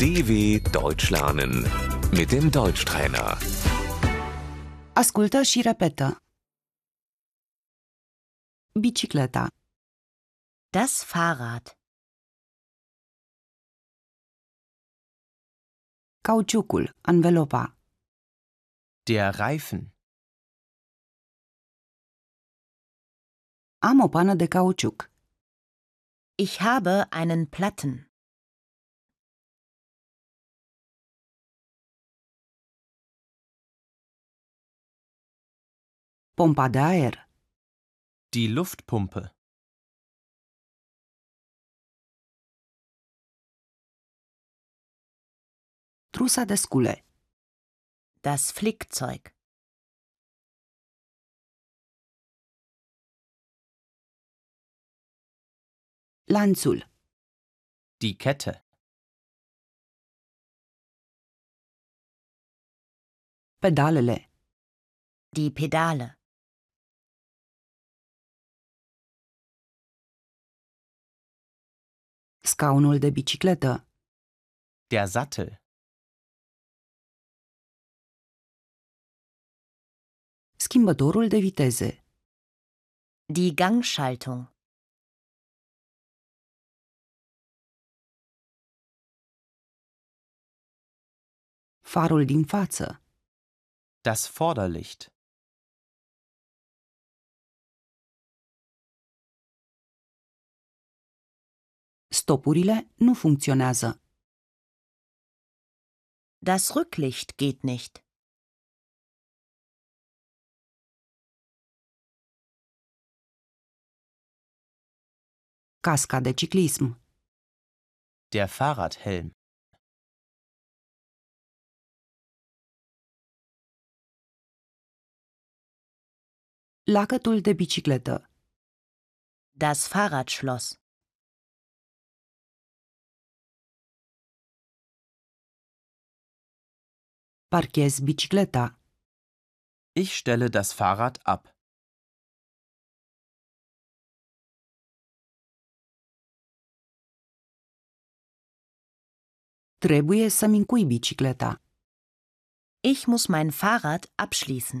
DW Deutsch lernen mit dem Deutschtrainer. Ascultă și repetă. Bicicleta, Das Fahrrad, cauciucul, anvelopa, Der Reifen, am o pană de cauciuc, ich habe einen Platten, pompa de aer, die Luftpumpe, trusa de scule, das Flickzeug, lanțul, die Kette, pedalele, die Pedale, scaunul de bicicletă, der Sattel, schimbătorul de viteze, die Gangschaltung, farul din față, das Vorderlicht, stopurile nu funcționează, das Rücklicht geht nicht, casca de ciclism, der Fahrradhelm, lacătul de bicicletă, das Fahrradschloss, parchez bicicleta, ich stelle das Fahrrad ab, trebuie să-mi încui bicicleta. ich muss mein Fahrrad abschließen.